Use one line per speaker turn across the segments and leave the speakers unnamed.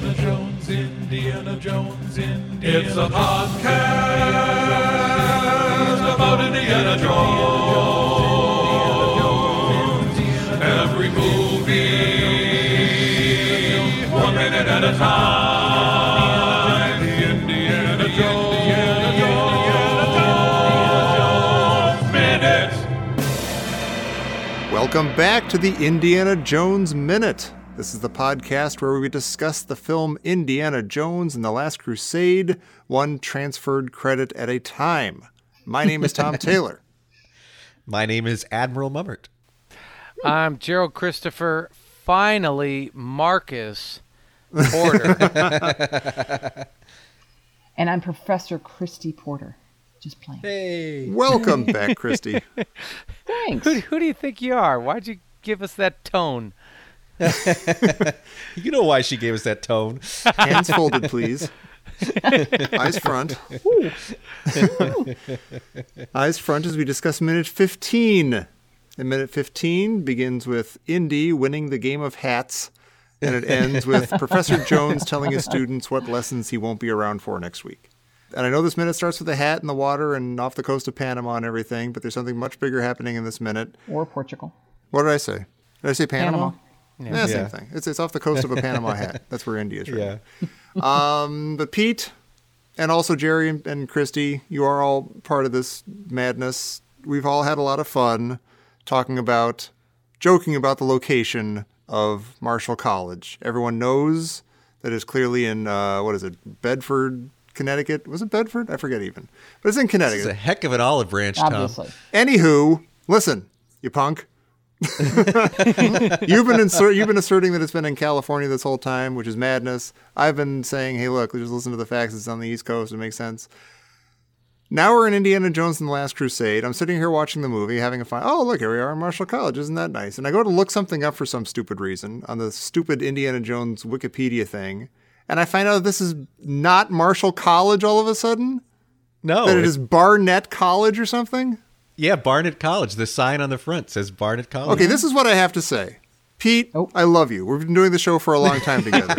Jones, Indiana Jones, Indiana It's a podcast about Indiana Jones. Every movie, one minute at a time. Indiana Jones, Indiana Jones, minutes.
Welcome back to the Indiana Jones Minute. This is the podcast where we discuss the film Indiana Jones and the Last Crusade, one transferred credit at a time. My name is Tom Taylor.
My name is Admiral Mummert.
I'm Gerald Christopher. Finally, Marcus Porter.
and I'm Professor Christy Porter. Just playing.
Hey.
Welcome back, Christy.
Thanks.
who, who do you think you are? Why'd you give us that tone?
You know why she gave us that tone.
Hands folded, please. Eyes front. Eyes front as we discuss minute 15. And minute 15 begins with Indy winning the game of hats, and it ends with Professor Jones telling his students what lessons he won't be around for next week. And I know this minute starts with a hat in the water and off the coast of Panama and everything, but there's something much bigger happening in this minute.
Or Portugal.
What did I say? Did I say Panama?
Panama.
Yeah, same
Yeah.
thing. It's, it's off the coast of a Panama hat. That's where India is right Um,
Yeah.
but Pete, and also Jerry and, and Christy, you are all part of this madness. We've all had a lot of fun talking about, joking about the location of Marshall College. Everyone knows that it's clearly in, uh, what is it, Bedford, Connecticut? Was it Bedford? I forget even. But it's in
It's a
Connecticut.
heck of an olive branch, Tom.
Obviously.
Anywho, listen, you punk. you've been insert, you've been asserting that it's been in California this whole time, which is madness. I've been saying, hey, look, just listen to the facts. It's on the East Coast. It makes sense. Now we're in Indiana Jones and the Last Crusade. I'm sitting here watching the movie, having a fun. Oh, look, here we are in Marshall College. Isn't that nice? And I go to look something up for some stupid reason on the stupid Indiana Jones Wikipedia thing, and I find out this is not Marshall College all of a sudden.
No.
that it
it's-
is Barnett College or something.
Yeah, Barnett College. The sign on the front says Barnett College.
Okay, this is what I have to say. Pete,
Oh.
I love you. We've been doing the show for a long time together.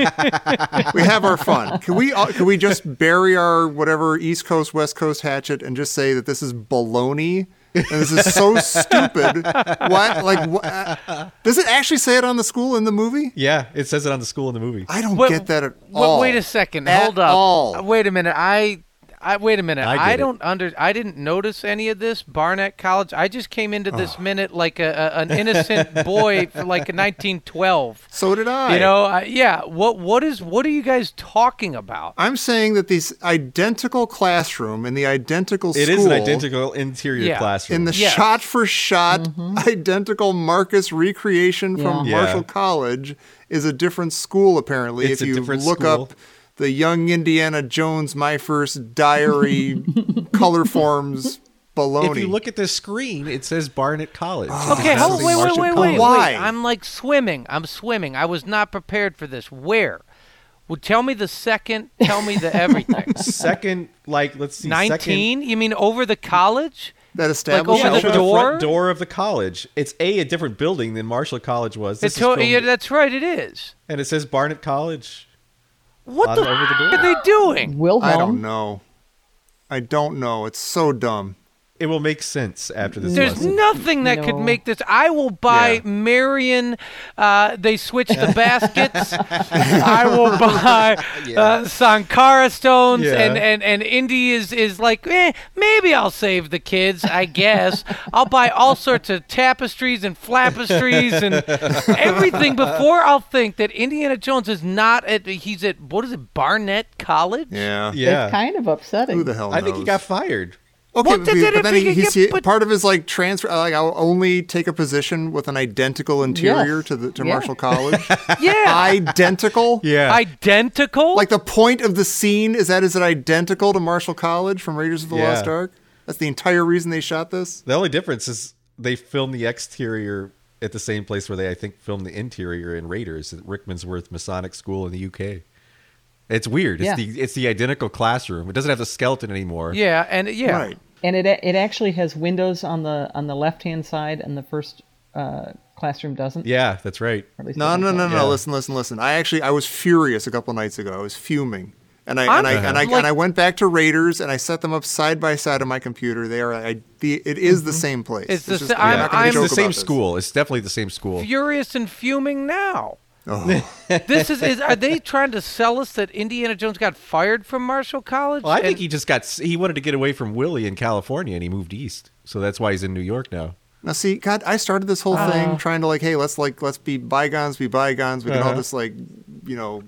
we have our fun. Can we uh, can we just bury our whatever East Coast West Coast hatchet and just say that this is baloney and this is so stupid? Why like wh- uh, does it actually say it on the school in the movie?
Yeah, it says it on the school in the movie.
I don't
Wait-
get that at
wait-
all.
Wait a second.
At
Hold up. Uh,
all.
Wait a minute. I, I wait a minute.
I get
I,
it.
don't under. I didn't notice any of this. Barnett College. I just came into this minute like a, a an innocent boy, for like a 1912.
So did I.
You know. I, yeah. What What is What are you guys talking about?
I'm saying that this identical classroom in the identical
It
school
is an identical interior
Yeah.
classroom.
in the
Yes.
shot for shot identical Marcus recreation from
Yeah.
Marshall
Yeah.
College is a different school apparently.
It's
if
a
you
different
look
school.
up the Young Indiana Jones My First Diary color forms baloney.
if you look at the screen, it says Barnett College.
Oh,
Okay,
It
hold,
doesn't
wait,
say
wait,
Marshall
wait,
College.
wait,
Why?
wait. I'm like swimming. I'm swimming. I was not prepared for this. Where? Well, tell me the second. Tell me the everything.
Second, like, let's see. second-
19? You mean over the college?
that establishes
over
Yeah, over
the
the
door?
front door of the college. It's a a different building than Marshall College was. This
It's
is
to-
filmed-
yeah, that's right, it is.
and it says Barnett College.
What
On
the,
over the
f-
door.
are they doing?
Wilhelm.
I don't know. I don't know. It's so dumb.
It will make sense after this.
There's
lesson.
nothing that could
No.
make this. I will buy
Yeah.
Marion. Uh, they switch the baskets. I will buy uh, Sankara stones,
Yeah.
and and and Indy is is like, eh, maybe I'll save the kids. I guess I'll buy all sorts of tapestries and flapestries and everything before I'll think that Indiana Jones is not at. He's at what is it, Barnett College?
Yeah.
Yeah.
It's kind of upsetting.
Who the hell
I think he
knows?
got fired.
Okay,
Well,
but,
did
he-
it
but
if
then
he
he,
could
he's,
get
he-
put-
part of his like transfer. Like I'll only take a position with an identical interior to the to
Yeah.
Marshall College.
Yeah.
identical.
Identical?
Like the point of the scene is that is it identical to Marshall College from Raiders of the
Yeah.
Lost Ark? That's the entire reason they shot this.
The only difference is they filmed the exterior at the same place where they, I think, filmed the interior in Raiders at Rickmansworth Masonic School in the UK. It's weird. It's
Yeah.
the it's the identical classroom. It doesn't have the skeleton anymore.
yeah, and yeah.
Right.
and it it actually has windows on the on the left hand side and the first uh, Classroom doesn't.
Yeah, that's right.
Or at least
No,
doesn't
no, no,
tell.
no.
Yeah.
Listen, listen, listen. I actually I was furious a couple nights ago. I was fuming. And I and I,
Uh-huh.
and I
I'm like-
and I went back to Raiders and I set them up side by side on my computer. They are I, the it is the same place.
It's the
just-
sa-
I'm
I'm-
not gonna
I'm-
joke
Mm-hmm. it's the same
about this.
school. It's definitely the same school.
Furious and fuming now.
Oh.
This is, is are they trying to sell us that Indiana Jones got fired from Marshall College?
Well, I think
And-
he just got s- he wanted to get away from Willie in California and he moved east. So that's why he's in New York now.
Now, see, God, I started this whole thing trying to like, hey, let's like let's be bygones, be bygones. We can all
Oh. Uh-huh.
just like, you know,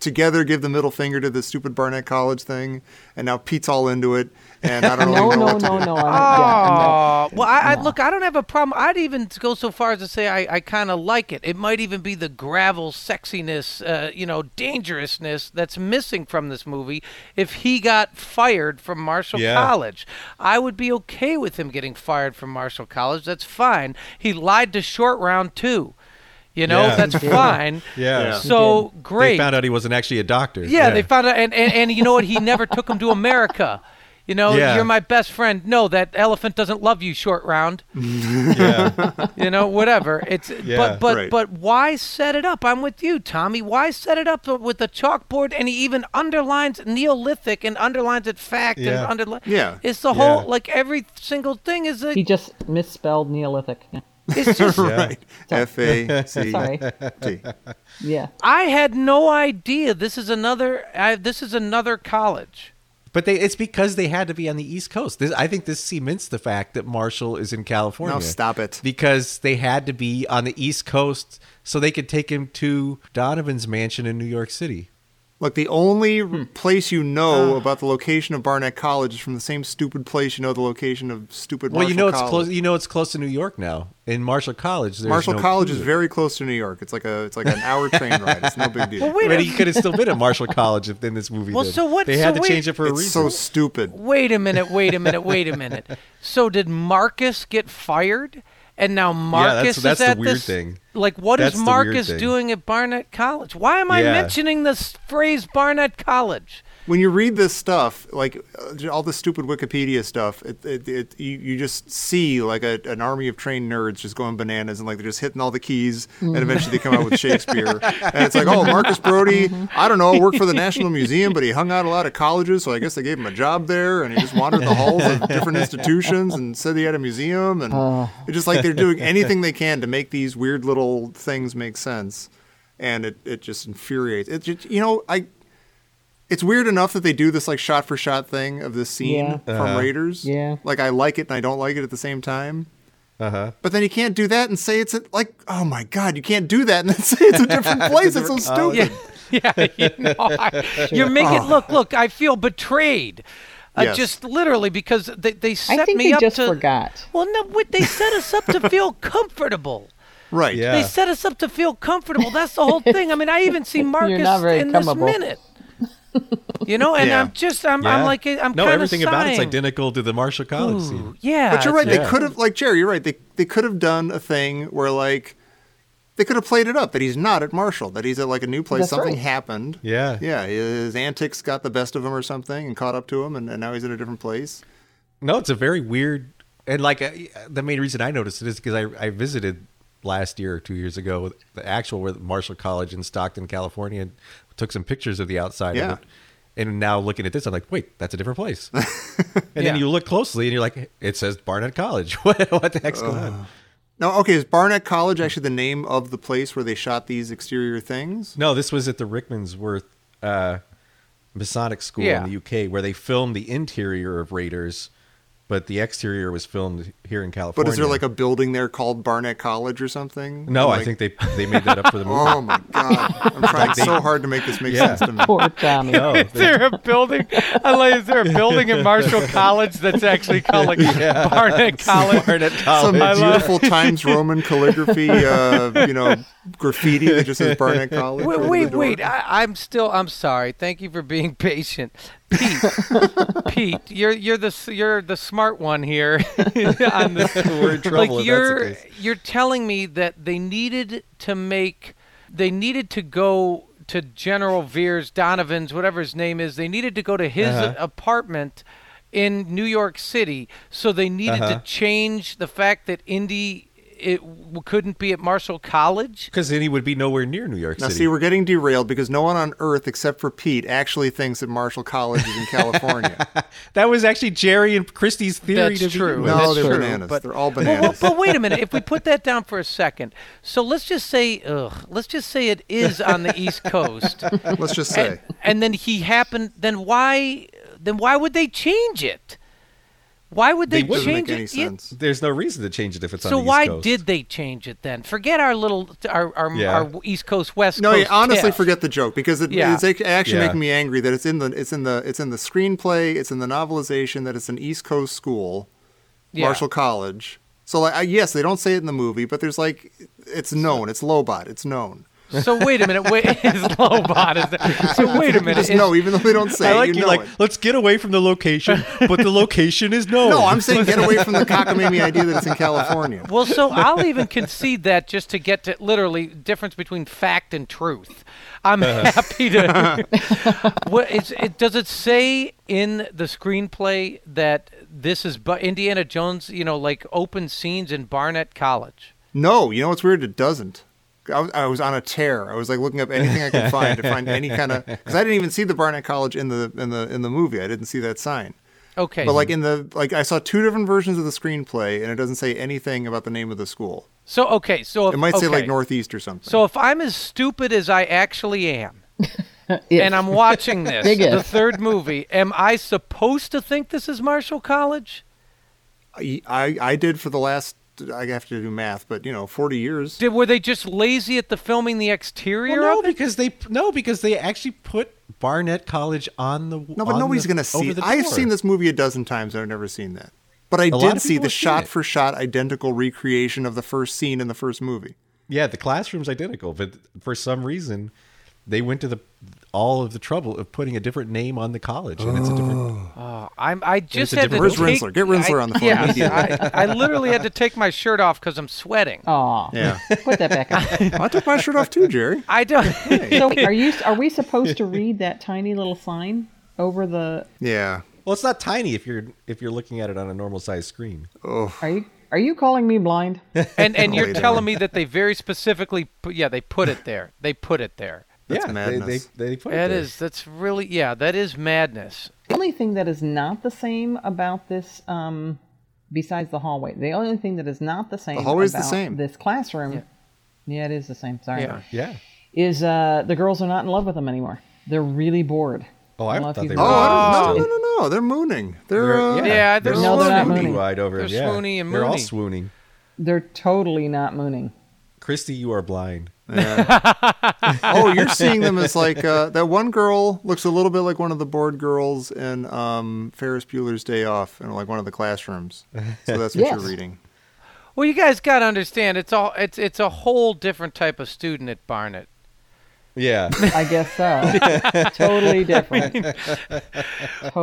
together give the middle finger to this stupid Barnett College thing. And now Pete's all into it, and I don't
No,
really know.
no,
what to
no,
do.
no. I'm,
Oh,
yeah, I'm not-
well, I, I
no.
look, I don't have a problem. I'd even go so far as to say I, I kind of like it. It might even be the gravel sexiness, uh, you know, dangerousness that's missing from this movie. If he got fired from Marshall
Yeah.
College, I would be okay with him getting fired from Marshall College. That's fine. He lied to Short Round too. You know,
Yeah.
that's fine.
Yeah. Yeah.
So great.
They found out he wasn't actually a doctor.
Yeah, they found out, and, and, and you know what? He never took him to America. You know,
Yeah.
you're my best friend. No, that elephant doesn't love you, short round.
yeah.
You know, whatever. It's
Yeah,
but but
right.
but why set it up? I'm with you, Tommy. Why set it up with the chalkboard? And he even underlines Neolithic and underlines it fact
Yeah.
and underlines.
Yeah.
it's the whole
Yeah.
like every single thing is
He
a.
just misspelled Neolithic. Yeah.
It's just
Right. F A C
Sorry.
T.
yeah.
I had no idea. This is another. I, this is another college.
But they it's because they had to be on the East Coast. This, I think this cements the fact that Marshall is in California.
Now stop it.
Because they had to be on the East Coast so they could take him to Donovan's mansion in New York City.
Look, the only
Hmm.
r- place you know
Oh.
about the location of Barnett College is from the same stupid place you know the location of stupid.
well, you
Marshall
know it's
College.
close you know it's close to New York now. In Marshall College there's
Marshall
no
College
clue.
is very close to New York. It's like a it's like an hour train ride. It's no big deal.
Well, wait
But
a
he could have still been at Marshall College if in this movie.
Well,
did.
so what-
They
so
had to
wait-
change it for a
it's so
reason.
stupid.
Wait a minute, wait a minute, wait a minute. So did Marcus get fired? And now Marcus
that's
is
the
at
weird
this
thing.
like what is
That's the weird
Marcus
thing.
doing at Barnett College? Why am I
Yeah.
mentioning this phrase Barnett College?
When you read this stuff, like uh, all this stupid Wikipedia stuff, it, it, it you, you just see like a, an army of trained nerds just going bananas and like they're just hitting all the keys, and eventually they come out with Shakespeare, and it's like, oh, Marcus Brody, I don't know, worked for the National Museum, but he hung out a lot of colleges, so I guess they gave him a job there, and he just wandered the halls of different institutions and said he had a museum, and it's just like they're doing anything they can to make these weird little things make sense, and it it just infuriates. It just, you know I it's weird enough that they do this like shot for shot thing of this scene
Yeah.
from Raiders.
Yeah.
Like I like it and I don't like it at the same time. Uh-huh. But then you can't do that and say it's a, like oh my god, you can't do that and then say it's a different place. It's so stupid.
uh, Yeah, yeah, you know, I, you're making
Oh.
look, look. I feel betrayed, uh,
Yes.
just literally because they they set
I think
me
they
up
just
to.
forgot.
Well, no, what they set us up to feel comfortable.
Right.
Yeah.
They set us up to feel comfortable. That's the whole thing. I mean, I even see Marcus
not very
in this
comable.
minute. You know, and
Yeah.
I'm just, I'm,
Yeah.
I'm like, I'm
no,
kind
everything
of
about it's identical to the Marshall College scene.
Yeah,
But you're right.
it's-
They could have, like Jerry, you're right. They they could have done a thing where like they could have played it up that he's not at Marshall, that he's at like a new place.
That's
something
right.
happened.
Yeah.
Yeah. His antics got the best of him or something and caught up to him, and, and now he's in a different place.
No, it's a very weird and like uh, the main reason I noticed it is because I I visited last year or two years ago with the actual where Marshall College in Stockton, California, and took some pictures of the outside
Yeah.
of it. And now looking at this, I'm like, wait, that's a different place. and
Yeah.
then you look closely and you're like, it says Barnett College. what, what the heck's going on?
No, okay. Is Barnett College actually the name of the place where they shot these exterior things?
No, this was at the Rickmansworth uh, Masonic School
Yeah.
in the UK, where they filmed the interior of Raiders, but the exterior was filmed here in California.
But is there like a building there called Barnett College or something?
No,
Like-
I think they they made that up for the movie.
Oh my god! I'm trying so hard to make this make
Yeah.
sense to me.
Poor Tommy.
No,
Is there a building? I like, is there a building in Marshall College that's actually called like Barnett College?
Barnett
Some
College.
beautiful Times Roman calligraphy, uh, you know, graffiti that just says Barnett College.
Wait,
over the
wait,
door.
wait. I, I'm still. I'm sorry. Thank you for being patient, Pete. Pete, you're you're the s- you're the smart one here on this.
We're in trouble
like
if that's the
you're
case.
you're telling me that they needed to make they needed to go to General Veers, Donovan's, whatever his name is. They needed to go to his
Uh-huh.
apartment in New York City, so they needed
Uh-huh.
to change the fact that Indy it w- couldn't be at Marshall College?
Because then he would be nowhere near New York
Now,
City.
see, we're getting derailed because no one on Earth except for Pete actually thinks that Marshall College is in California.
that was actually Jerry and Christie's theory.
That's
to begin
true.
with.
no,
That's
they're
true,
bananas.
but-
they're all
Well, well,
bananas.
but wait a minute. If we put that down for a second, so let's just say, ugh, let's just say it is on the East Coast,
Let's just say.
and then he happened. Then why? Then why would they change it? Why would they,
They wouldn't
Doesn't
change
make any
it? Yeah,
sense.
There's no reason to change it if it's on
So
the East
why
Coast.
did they change it then? Forget our little our our,
Yeah.
our East Coast West
No,
Coast.
yeah, honestly,
tiff.
forget the joke because it,
Yeah.
it's ac- actually
Yeah.
making me angry that it's in the it's in the it's in the screenplay, it's in the novelization that it's an East Coast school,
Yeah.
Marshall College. So like, I, yes, they don't say it in the movie, but there's like, it's known, it's Lobot, it's known.
So wait a minute. Wait, is Lobot is there. So wait a minute.
Just
is-
know, even though they don't say
I
it,
like
you
you.
know
Like,
it.
let's get away from the location, but the location is known.
No, I'm saying get away from the cockamamie idea that it's in California.
Well, so I'll even concede that just to get to literally difference between fact and truth. I'm happy to. what is it? Does it say in the screenplay that this is but Indiana Jones? You know, like open scenes in Barnett College.
No, you know what's weird? It doesn't. I was, I was on a tear. I was like looking up anything I could find to find any kind of because I didn't even see the Barnett College in the in the in the movie. I didn't see that sign.
Okay.
But like in the like I saw two different versions of the screenplay and it doesn't say anything about the name of the school.
so okay. So if,
It might say like
okay.
Northeast or something.
So if I'm as stupid as I actually am,
If-
and I'm watching this,
Big
the
if.
third movie, am I supposed to think this is Marshall College?
I, I I did for the last I have to do math, but you know, 40 years.
Did, were they just lazy at the filming the exterior
Well, no,
of it?
because they no, because they actually put Barnett College on the
No, but
on
nobody's
the-
going to
over
see it.
the
I've
door.
seen this movie a dozen times and I've never seen that. But I
lot
did
of
see
people
the
have seen
shot
it.
for shot identical recreation of the first scene in the first movie.
Yeah, the classroom's identical, but for some reason, they went to the all of the trouble of putting a different name on the college, and it's a different.
Oh, I'm, I just
a
had to
different-
Where's
take,
Rinsler? Get Rinsler
I,
on the phone immediately.
Yeah, I, I literally had to take my shirt off because I'm sweating.
Oh.
Aw,
Yeah.
put that back up.
I took my shirt off too, Jerry.
I don't.
so are you? Are we supposed to read that tiny little sign over the?
Yeah.
Well, it's not tiny if you're if you're looking at it on a normal sized screen.
Are you? Are you calling me blind?
and and you're
Later.
telling me that they very specifically, put, yeah, they put it there. They put it there.
That's
yeah,
madness.
They, they, they put it
That
there.
is. That's really. Yeah, that is madness.
The only thing that is not the same about this, um, besides the hallway, the only thing that is not the same.
hallway's the
about
same.
This classroom. Yeah. it is the same. Sorry.
Yeah.
Yeah.
Is uh, the girls are not in love with them anymore. They're really bored.
Oh, I
don't know if
thought
you-
they
Oh,
were.
I don't, no,
Oh.
no, no, no. They're mooning. They're,
They're-
uh,
yeah.
Yeah, they're
No, they're not
swooning.
mooning.
wide over.
They're
yeah.
swoony and
They're all
moony.
swooning.
They're totally not mooning.
Christy, you are blind.
oh, you're seeing them as like uh, that one girl looks a little bit like one of the bored girls in um, Ferris Bueller's Day Off in like one of the classrooms. So that's what
Yes.
you're reading.
Well, you guys got to understand. It's all. It's it's a whole different type of student at Barnett.
Yeah.
I guess so. totally different. Totally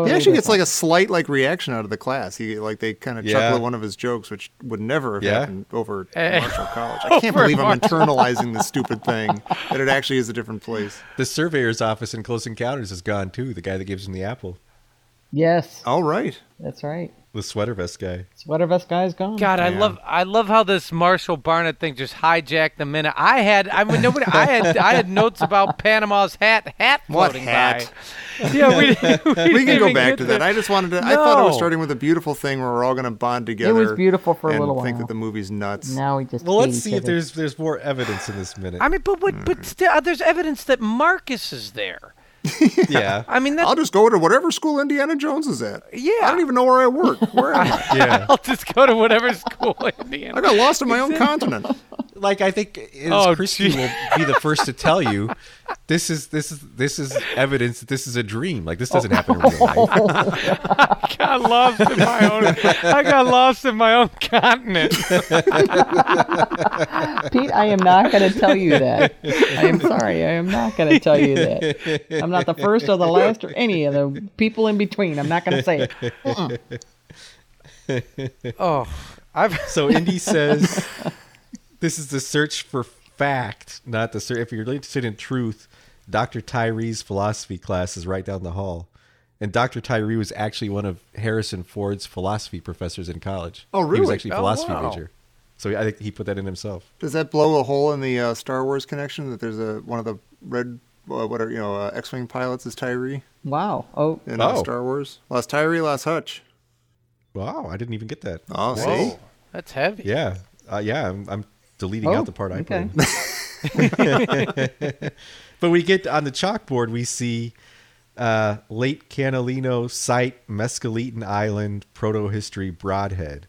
He actually gets
different.
like a slight like reaction out of the class. He like they kind of
Yeah.
chuckle at one of his jokes, which would never have
Yeah.
happened over
Eh.
at Marshall College. I can't believe I'm internalizing this stupid thing that it actually is a different place.
the surveyor's office in Close Encounters is gone too. The guy that gives him the apple,
yes.
All right.
That's right.
the sweater vest guy.
Sweater vest guy's gone.
God, I
Yeah.
love I love how this Marshall Barnett thing just hijacked the minute. I had I mean nobody I had I had notes about Panama's hat hat
What
floating
hat?
by. Yeah, we, we,
We can
didn't
go
even
back
get
to that. I just wanted to. I thought it was
No.
starting with a beautiful thing where we're all going to bond together.
beautiful for a
and
little
Think that
while.
the movie's nuts.
Now we just.
Well, let's
hate
see
each
if
other.
there's there's more evidence in this minute.
I mean, but but,
Hmm.
but still, there's evidence that Marcus is there.
yeah.
I mean, that,
I'll just go to whatever school Indiana Jones is at.
Yeah.
I don't even know where I work. Where am I?
yeah.
I'll just go to whatever school in the
I got lost in my own continent.
Like I think is
Oh,
Christy
gee.
will be the first to tell you this is this is this is evidence that this is a dream. Like this doesn't happen in real life.
I got lost in my own. I got lost in my own continent.
Pete, I am not going to tell you that. I am sorry. I am not going to tell you that. I'm not the first or the last or any of the people in between. I'm not going to say it.
Oh, I've
So Indy says this is the search for fact, not the search. If you're interested in truth, Dr. Tyree's philosophy class is right down the hall. And Dr. Tyree was actually one of Harrison Ford's philosophy professors in college.
Oh,
He was
really?
actually a
Oh,
philosophy
wow.
major. So I think he put that in himself.
Does that blow a hole in the uh, Star Wars connection that there's a one of the red uh, what are you know uh, X-wing pilots is Tyree
Wow. Oh,
in uh,
Oh.
Star Wars? Lost Tyree, lost Hutch.
Wow, I didn't even get that.
Oh, see,
That's heavy.
Yeah, uh, yeah. I'm, I'm deleting
Oh,
out the part I
okay.
played. but we get on the chalkboard. We see uh, late Canalino site, Mescaletan Island, proto history, Broadhead,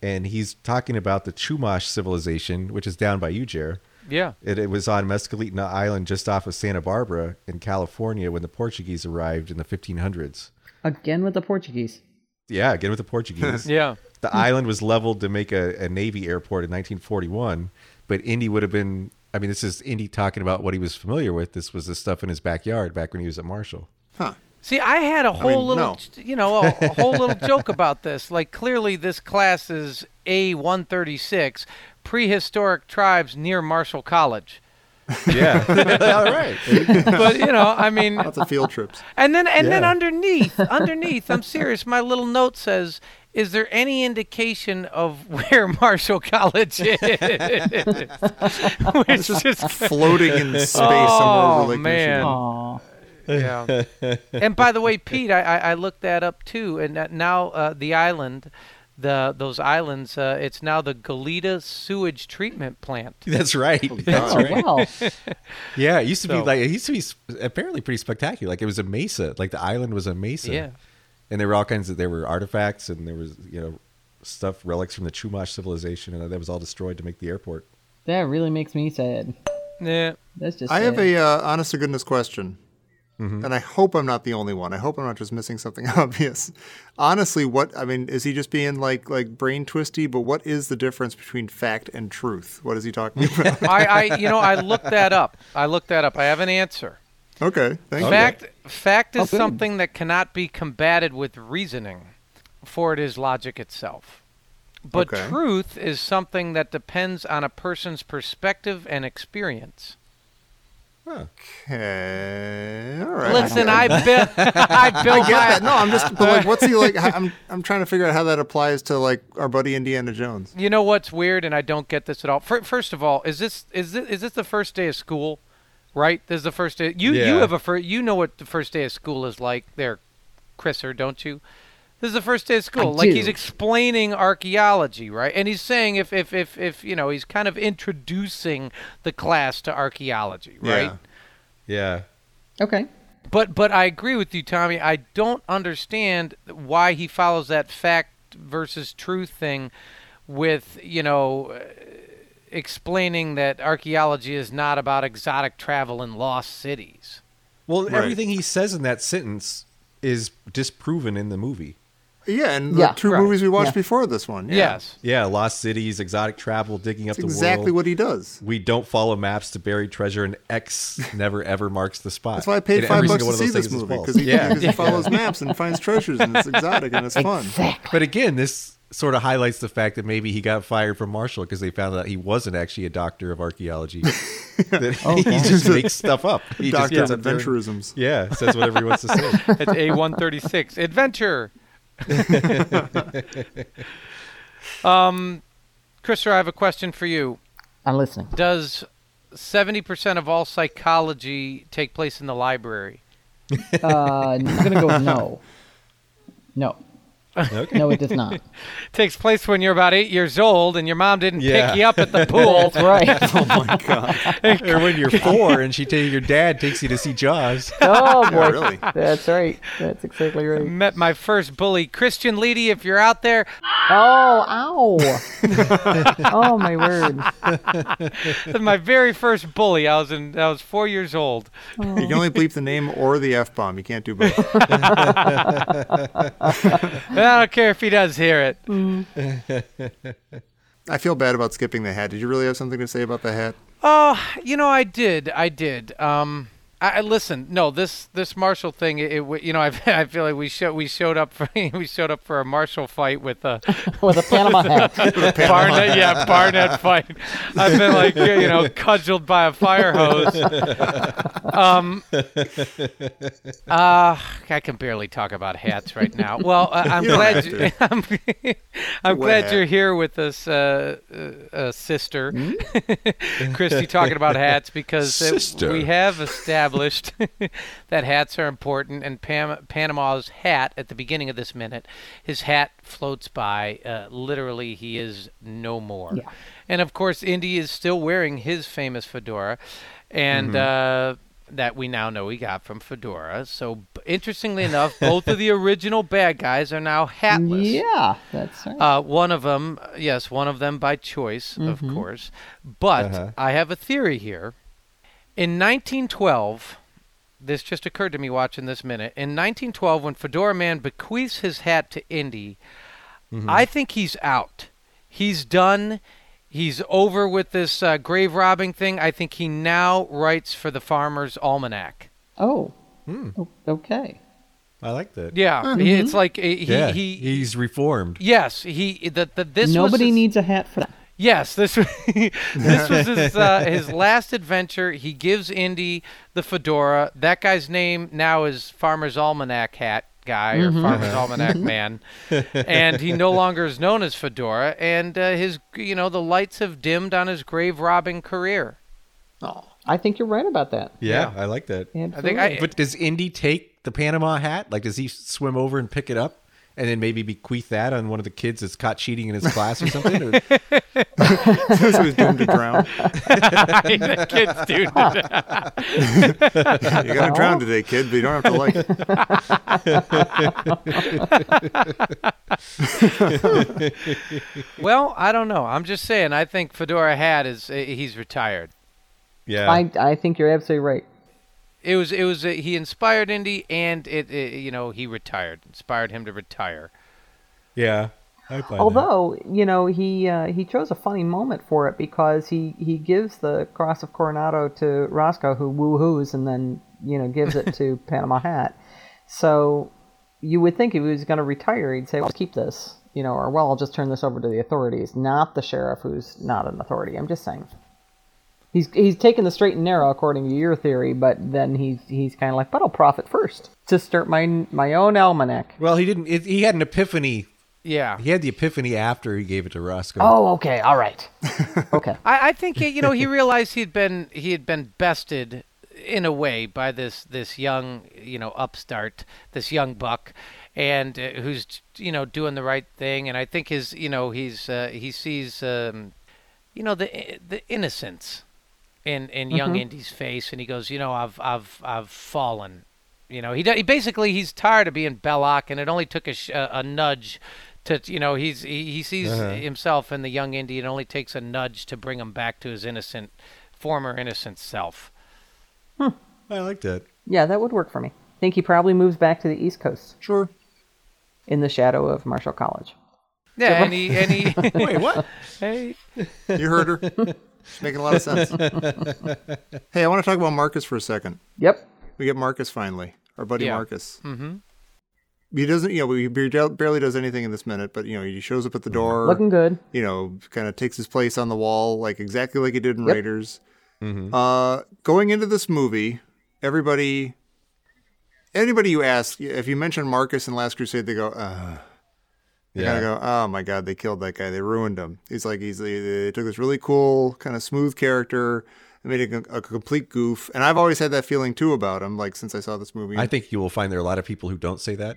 and he's talking about the Chumash civilization, which is down by you, Jer.
Yeah.
It, it was on Mescaletan Island, just off of Santa Barbara in California, when the Portuguese arrived in the 1500s.
again with the Portuguese.
Yeah, again with the Portuguese.
Yeah.
The island was leveled to make a, a Navy airport in 1941, but Indy would have been. I mean, this is Indy talking about what he was familiar with. This was the stuff in his backyard back when he was at Marshall.
huh?
See, I had a whole
mean,
little,
no.
you know, a, a whole little joke about this. Like, clearly, this class is A136, prehistoric tribes near Marshall College.
Yeah. All right.
But you know, I mean,
Lots of field trips.
and then and then
Yeah.
underneath, underneath, I'm serious. My little note says, "Is there any indication of where Marshall College is?" Which just
Floating in space somewhere
Oh,
over Lake
man.
Michigan.
Aw.
yeah. and by the way, Pete, I, I, I looked that up too, and that now uh, the island, the those islands, uh, it's now the Goleta sewage treatment plant.
That's right. That's
Oh,
right.
wow.
Yeah, it used to be
So-
like it used to be s- apparently pretty spectacular. Like it was a mesa. Like the island was a mesa.
Yeah.
And there were all kinds of there were artifacts and there was you know stuff relics from the Chumash civilization and that was all destroyed to make the airport.
That really makes me sad.
Yeah.
That's just.
I have
sad.
a uh, honest to goodness question, and I hope I'm not the only one. I hope I'm not just missing something obvious. Honestly, what I mean is he just being like like brain twisty? But what is the difference between fact and truth? What is he talking about?
I, I you know I looked that up. I looked that up. I have an answer.
okay, thank you.
Fact fact
Oh,
is
good.
something that cannot be combated with reasoning, for it is logic itself. But
Okay.
truth is something that depends on a person's perspective and experience.
Huh.
Okay, all right.
Listen, I built I built
I get
my
that. No, I'm just but like, what's he like? how- I'm I'm trying to figure out how that applies to like our buddy Indiana Jones.
You know what's weird, and I don't get this at all. Fir first of all, is this is this is this the first day of school? Right, this is the first day. You you
Yeah.
have a first. You know what the first day of school is like, there, Chriser, don't you? This is the first day of school. like he's
do.
explaining archaeology, right? And he's saying if if if if you know he's kind of introducing the class to archaeology, right?
Yeah.
Yeah.
uh,
Okay.
But but I agree with you, Tommy. I don't understand why he follows that fact versus truth thing with you know uh, explaining that archaeology is not about exotic travel in lost cities.
Well,
Right.
everything he says in that sentence is disproven in the movie.
Yeah, and the
Yeah,
two
right.
movies we watched
Yeah.
before this one. Yeah.
Yes.
Yeah, lost cities, exotic travel, digging up
That's
the
exactly
world.
what he does.
we don't follow maps to bury treasure, and X never ever marks the spot.
That's why I paid
And
five
every
bucks to
single one of those
see this
things is
movie
false.
because he,
yeah.
'cause he follows maps and finds treasures and it's exotic and it's fun.
Exactly.
But again, this sort of highlights the fact that maybe he got fired from Marshall because they found out he wasn't actually a doctor of archaeology. that
Oh,
he just makes stuff up. He just
Doctor of
gets up there and-
adventurisms.
Yeah, says whatever he wants to say.
That's A one thirty six adventure. um, Christopher, I have a question for you.
I'm listening.
Does seventy percent of all psychology take place in the library?
Uh, I'm gonna go with no. No.
Okay.
No, it does not.
takes place when you're about eight years old and your mom didn't
Yeah.
pick you up at the pool.
That's right.
Oh my god!
or when you're four and she ta- your dad takes you to see Jaws.
Oh
Yeah,
boy.
really.
That's right. That's exactly right.
Met my first bully, Christian Leedy. If you're out there,
Oh, ow. oh my word.
my very first bully. I was in. I was four years old.
You can only bleep the name or the f bomb. You can't do both.
And I don't care if he does hear it.
I feel bad about skipping the hat. Did you really have something to say about the hat?
Oh, you know, I did. I did. Um, I, I listen. No, this this Marshall thing. It, it w- you know I, I feel like we show, we showed up for we showed up for a Marshall fight with a
with a Panama hat.
Barnett yeah Barnett fight. I've been like you know cudgeled by a fire hose. Um, uh, I can barely talk about hats right now. Well, uh, I'm
You don't
glad
have
you,
to.
I'm, I'm
Wet
glad
hat.
you're here with us, uh, uh, uh, sister
Hmm?
Christy, talking about hats because it-
Sister.
we have established that hats are important. And Pam, Panama's hat at the beginning of this minute, his hat floats by. Uh, literally, he is no more.
Yeah.
And of course, Indy is still wearing his famous fedora, and uh, that we now know he got from Fedora. So, b- interestingly enough, both of the original bad guys are now hatless.
yeah, that's right.
Uh, one of them, yes, one of them by choice, of course. But I have a theory here. In 1912, this just occurred to me watching this minute. In 1912, when Fedora Man bequeaths his hat to Indy, I think he's out. He's done. He's over with this uh, grave robbing thing. I think he now writes for the Farmer's Almanac.
oh,
hmm.
O- okay.
I like that.
Yeah, he- it's like uh, he,
Yeah,
he,
he's reformed.
yes, he that that this was
Nobody
his-
needs a hat for that.
Yes, this this was his uh, his last adventure. He gives Indy the fedora. That guy's name now is Farmer's Almanac Hat Guy or Farmer's Almanac Man, and he no longer is known as Fedora. And uh, his you know the lights have dimmed on his grave robbing career.
I think you're right about that.
Yeah, I like that.
Absolutely.
Oh. I think I
But does Indy take the Panama hat? Like, does he swim over and pick it up and then maybe bequeath that on one of the kids that's caught cheating in his class or something? Or-
so he's doomed to drown.
the kids do.
You gotta drown today, kid, but you don't have to like it.
Well, I don't know. I'm just saying. I think Fedora Hat is eh, he's retired.
yeah.
I, I think you're absolutely right.
It was it was eh, he inspired Indy and it, it you know he retired inspired him to retire.
yeah. I buy that.
Although you know he uh, he chose a funny moment for it because he he gives the cross of Coronado to Roscoe who woo-hoos and then you know gives it to Panama Hat. So you would think if he was going to retire, he'd say, "Well, I'll keep this," you know, or "Well, I'll just turn this over to the authorities, not the sheriff, who's not an authority." I'm just saying. He's he's taken the straight and narrow according to your theory, but then he's he's kind of like, "But I'll profit first to start my my own almanac."
Well, he didn't. It, he had an epiphany.
Yeah.
He had the epiphany after he gave it to Roscoe.
Oh, okay, all right, okay.
I, I think you know he realized he'd been he had been bested in a way by this this young you know upstart this young buck and uh, who's you know doing the right thing and I think his you know he's uh, he sees um, you know the the innocence in in young Indy's face and he goes you know I've I've I've fallen you know he, do- he basically he's tired of being Belloc and it only took a, sh- a, a nudge to you know he's he, he sees
Uh-huh.
himself in the young Indy it only takes a nudge to bring him back to his innocent former innocent self
I like that.
Yeah, that would work for me. Think he probably moves back to the East Coast
Sure.
in the shadow of Marshall College.
yeah and he and he
Wait, what?
hey,
You heard her. She's making a lot of sense. Hey, I want to talk about Marcus for a second.
Yep.
We get Marcus finally, our buddy
Yeah.
Marcus. Mm-hmm. He doesn't, you know, he bar- barely does anything in this minute, but you know, he shows up at the door,
Looking good.
you know, kind of takes his place on the wall, like exactly like he did in
Yep.
Raiders.
Mm-hmm.
Uh, going into this movie, everybody, anybody you ask, if you mention Marcus in Last Crusade, they go, uh, they
Yeah.
kind of go, oh my god, they killed that guy, they ruined him. He's like, he's they, they took this really cool, kind of smooth character. and Made a, a complete goof, and I've always had that feeling too about him. Like since I saw this movie,
I think you will find there are a lot of people who don't say that.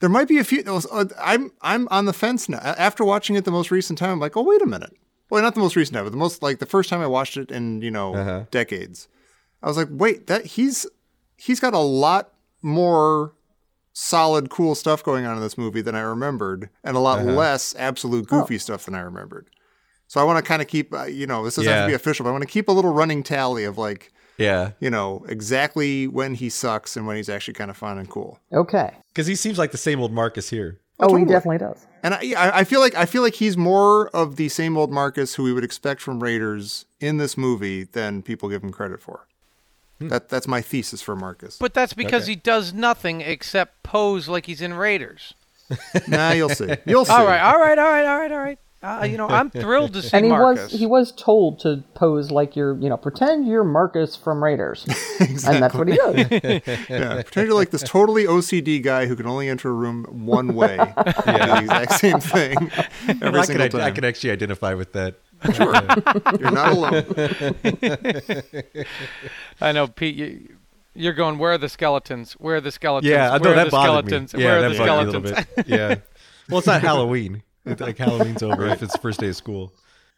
there might be a few. uh, I'm I'm on the fence now. After watching it the most recent time, I'm like, oh wait a minute. Well, not the most recent time, but the most like the first time I watched it in you know decades. I was like, wait, that he's he's got a lot more solid, cool stuff going on in this movie than I remembered, and a lot less absolute goofy stuff than I remembered. So I want to kind of keep, uh, you know, this doesn't have
Yeah.
to be official, but I want to keep a little running tally of like,
Yeah.
you know, exactly when he sucks and when he's actually kind of fun and cool.
Okay.
Because he seems like the same old Marcus here.
Oh, he
totally.
definitely does.
And I, yeah, I I feel like I feel like he's more of the same old Marcus who we would expect from Raiders in this movie than people give him credit for. That that's my thesis for Marcus.
But that's because
Okay.
he does nothing except pose like he's in Raiders.
nah, you'll see. You'll see.
All right, all right, all right, all right, all right. Uh, you know, I'm thrilled to see
and he
Marcus.
was he was told to pose like you're you know pretend you're Marcus from Raiders, and that's what he did.
Yeah, pretend you're like this totally OCD guy who can only enter a room one way. yeah. Do the exact same thing every
I can,
single
I,
time.
can actually identify with that.
You're not alone.
I know, Pete. You, you're going. Where are the skeletons? Where are the skeletons?
Yeah, I
where
know
are
that
the
bothered
skeletons?
me. Yeah,
where are
that
the
bothered me
skeletons?
a little bit. Yeah. Well, it's not Halloween. It's like Halloween's over if it's the first day of school.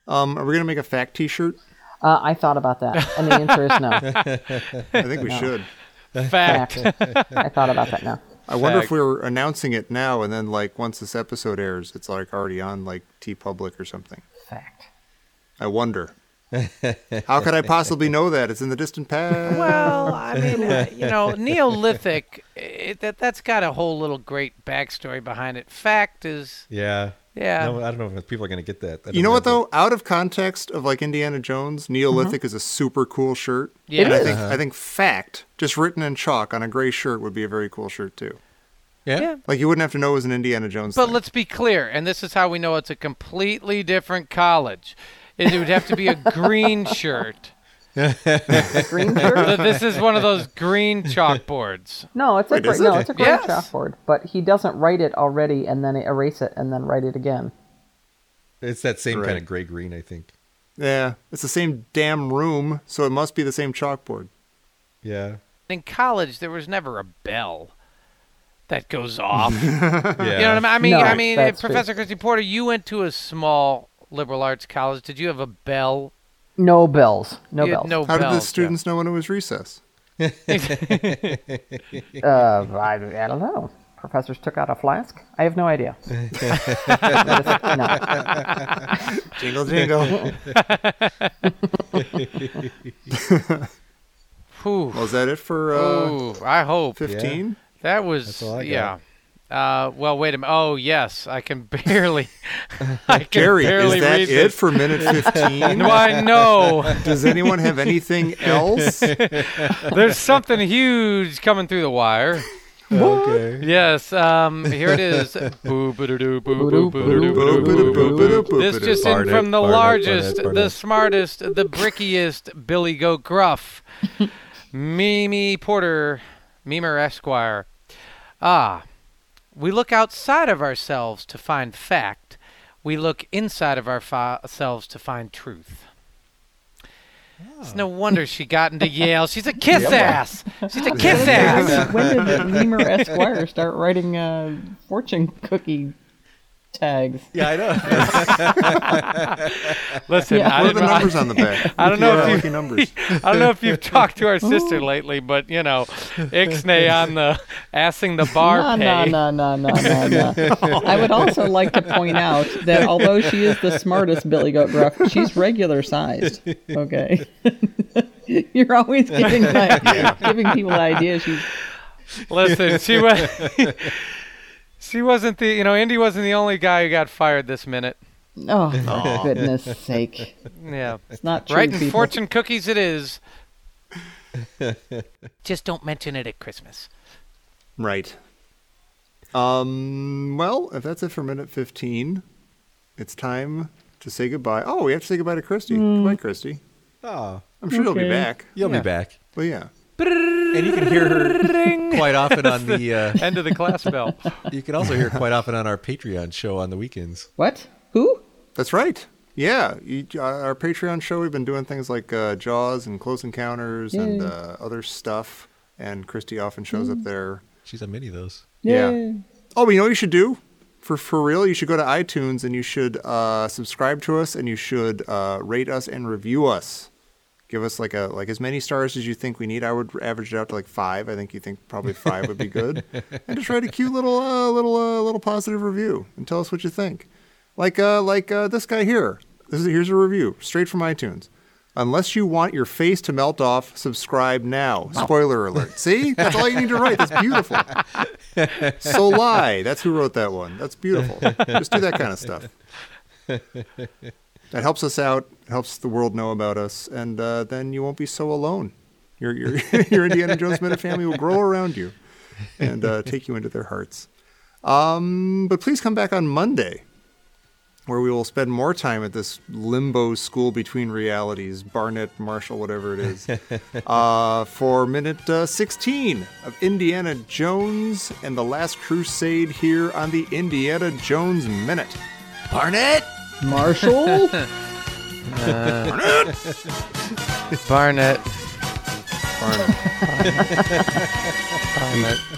Um, are we gonna make a fact T-shirt?
Uh, I thought about that, and the answer is no.
I think we should.
Fact.
Fact. I thought about that now.
I wonder if we were announcing it now, and then like once this episode airs, it's like already on like T Public or something.
Fact.
I wonder. How could I possibly know that? It's in the distant past.
Well, I mean, uh, you know, Neolithic. It, that that's got a whole little great backstory behind it. Fact is,
Yeah.
Yeah.
No, I don't know if people are going to get that. That
you know what
doesn't-
though? Out of context of like Indiana Jones, Neolithic is a super cool shirt.
Yeah. Mm-hmm.
and
It
I
is. Uh-huh.
think I think fact just written in chalk on a gray shirt would be a very cool shirt too.
Yeah.
yeah.
Like you wouldn't have to know it was an Indiana Jones.
But
thing.
let's be clear, and this is how we know it's a completely different college. It would have to be a green shirt.
Green shirt?
So this is one of those green chalkboards.
No, it's a
Wait,
great,
is
no,
it?
it's a great
Yes.
chalkboard. But he doesn't write it already, and then erase it, and then write it again.
It's that same
Right.
kind of gray green, I think.
yeah, it's the same damn room, so it must be the same chalkboard.
Yeah.
In college, there was never a bell that goes off.
Yeah.
You know what I mean? I mean,
No,
I mean
that's true.
Professor Christy Porter, you went to a small liberal arts college. Did you have a bell?
No bells. No
You had
bells.
No
How did the
bells.
students know when it was recess?
Uh, I, I don't know. Professors took out a flask. I have no idea. no.
Jingle jingle.
Whew.
Well, is that it for uh,
Ooh, I hope
15?
that was
all I got.
yeah. Uh, well, wait a minute. Oh, yes, I can barely. I can
Jerry,
barely
is that
read
it
this.
for minute 15?
Why no?
Does anyone have anything else?
There's something huge coming through the wire.
Okay.
Yes, um, here it is. Boo, ba-da-doo, boo,
Boop,
boo, ba-da-doo, ba-da-doo,
boop,
boo.
boop, boop, boop,
This
boop.
just in
Barnett,
from the
Barnett,
largest,
Barnett,
the
Barnett.
smartest, the brickiest Billy Go Gruff, Mimi Porter, Memer Esquire. Ah, we look outside of ourselves to find fact. We look inside of ourselves to find truth. It's no wonder she got into Yale. She's a kiss ass. She's a kiss ass.
when did Nemer Esquire start writing uh, fortune cookie tags?
Yeah, I know.
Listen,
Yeah.
I,
What are the
didn't- I-
numbers on the back?
I don't know
Yeah,
if you-
lucky numbers.
I don't know if you've talked to our sister lately, but you know, Ixnay on the assing the bar pay.
no, no, no, no, no, no, no. I would also like to point out that although she is the smartest Billy Goat Gruff, she's regular sized. Okay. You're always giving my, giving people the idea she's
Listen, she was she wasn't the you know Indy wasn't the only guy who got fired this minute.
oh for goodness sake.
Yeah,
It's not true.
right in
people.
fortune cookies it is. Just don't mention it at Christmas.
Right. Um, well, if that's it for minute 15, it's time to say goodbye. Oh, we have to say goodbye to Christy.
Mm.
Goodbye, Christy.
Oh,
I'm sure you'll be
Okay.
back.
you'll
Yeah.
be back.
Well, yeah.
And you can hear her quite often on the. Uh,
End of the class bell.
you can also hear quite often on our Patreon show on the weekends.
What? Who?
That's right. Yeah. You, uh, our Patreon show, we've been doing things like uh, Jaws and Close Encounters and uh, other stuff. And Christy often shows
Mm.
up there.
She's on many of those.
Yeah. Oh, but you know what you should do? For for real, you should go to iTunes and you should uh, subscribe to us and you should uh, rate us and review us. Give us like a like as many stars as you think we need. I would average it out to like five. I think you think probably five would be good. And just write a cute little uh, little uh, little positive review and tell us what you think. Like uh, like uh, this guy here. This is here's a review straight from iTunes. Unless you want your face to melt off, subscribe now. Spoiler alert. See, that's all you need to write. That's beautiful. So lie. That's who wrote that one. That's beautiful. Just do that kind of stuff. That helps us out, helps the world know about us, and uh, then you won't be so alone. Your your your Indiana Jones minute family will grow around you, and uh, take you into their hearts. Um, but please come back on Monday, where we will spend more time at this limbo school between realities, Barnett, Marshall, whatever it is, uh, for minute uh, 16 of Indiana Jones and the Last Crusade here on the Indiana Jones Minute. Barnett.
Marshall?
Barnett.
Barnett.
Barnett.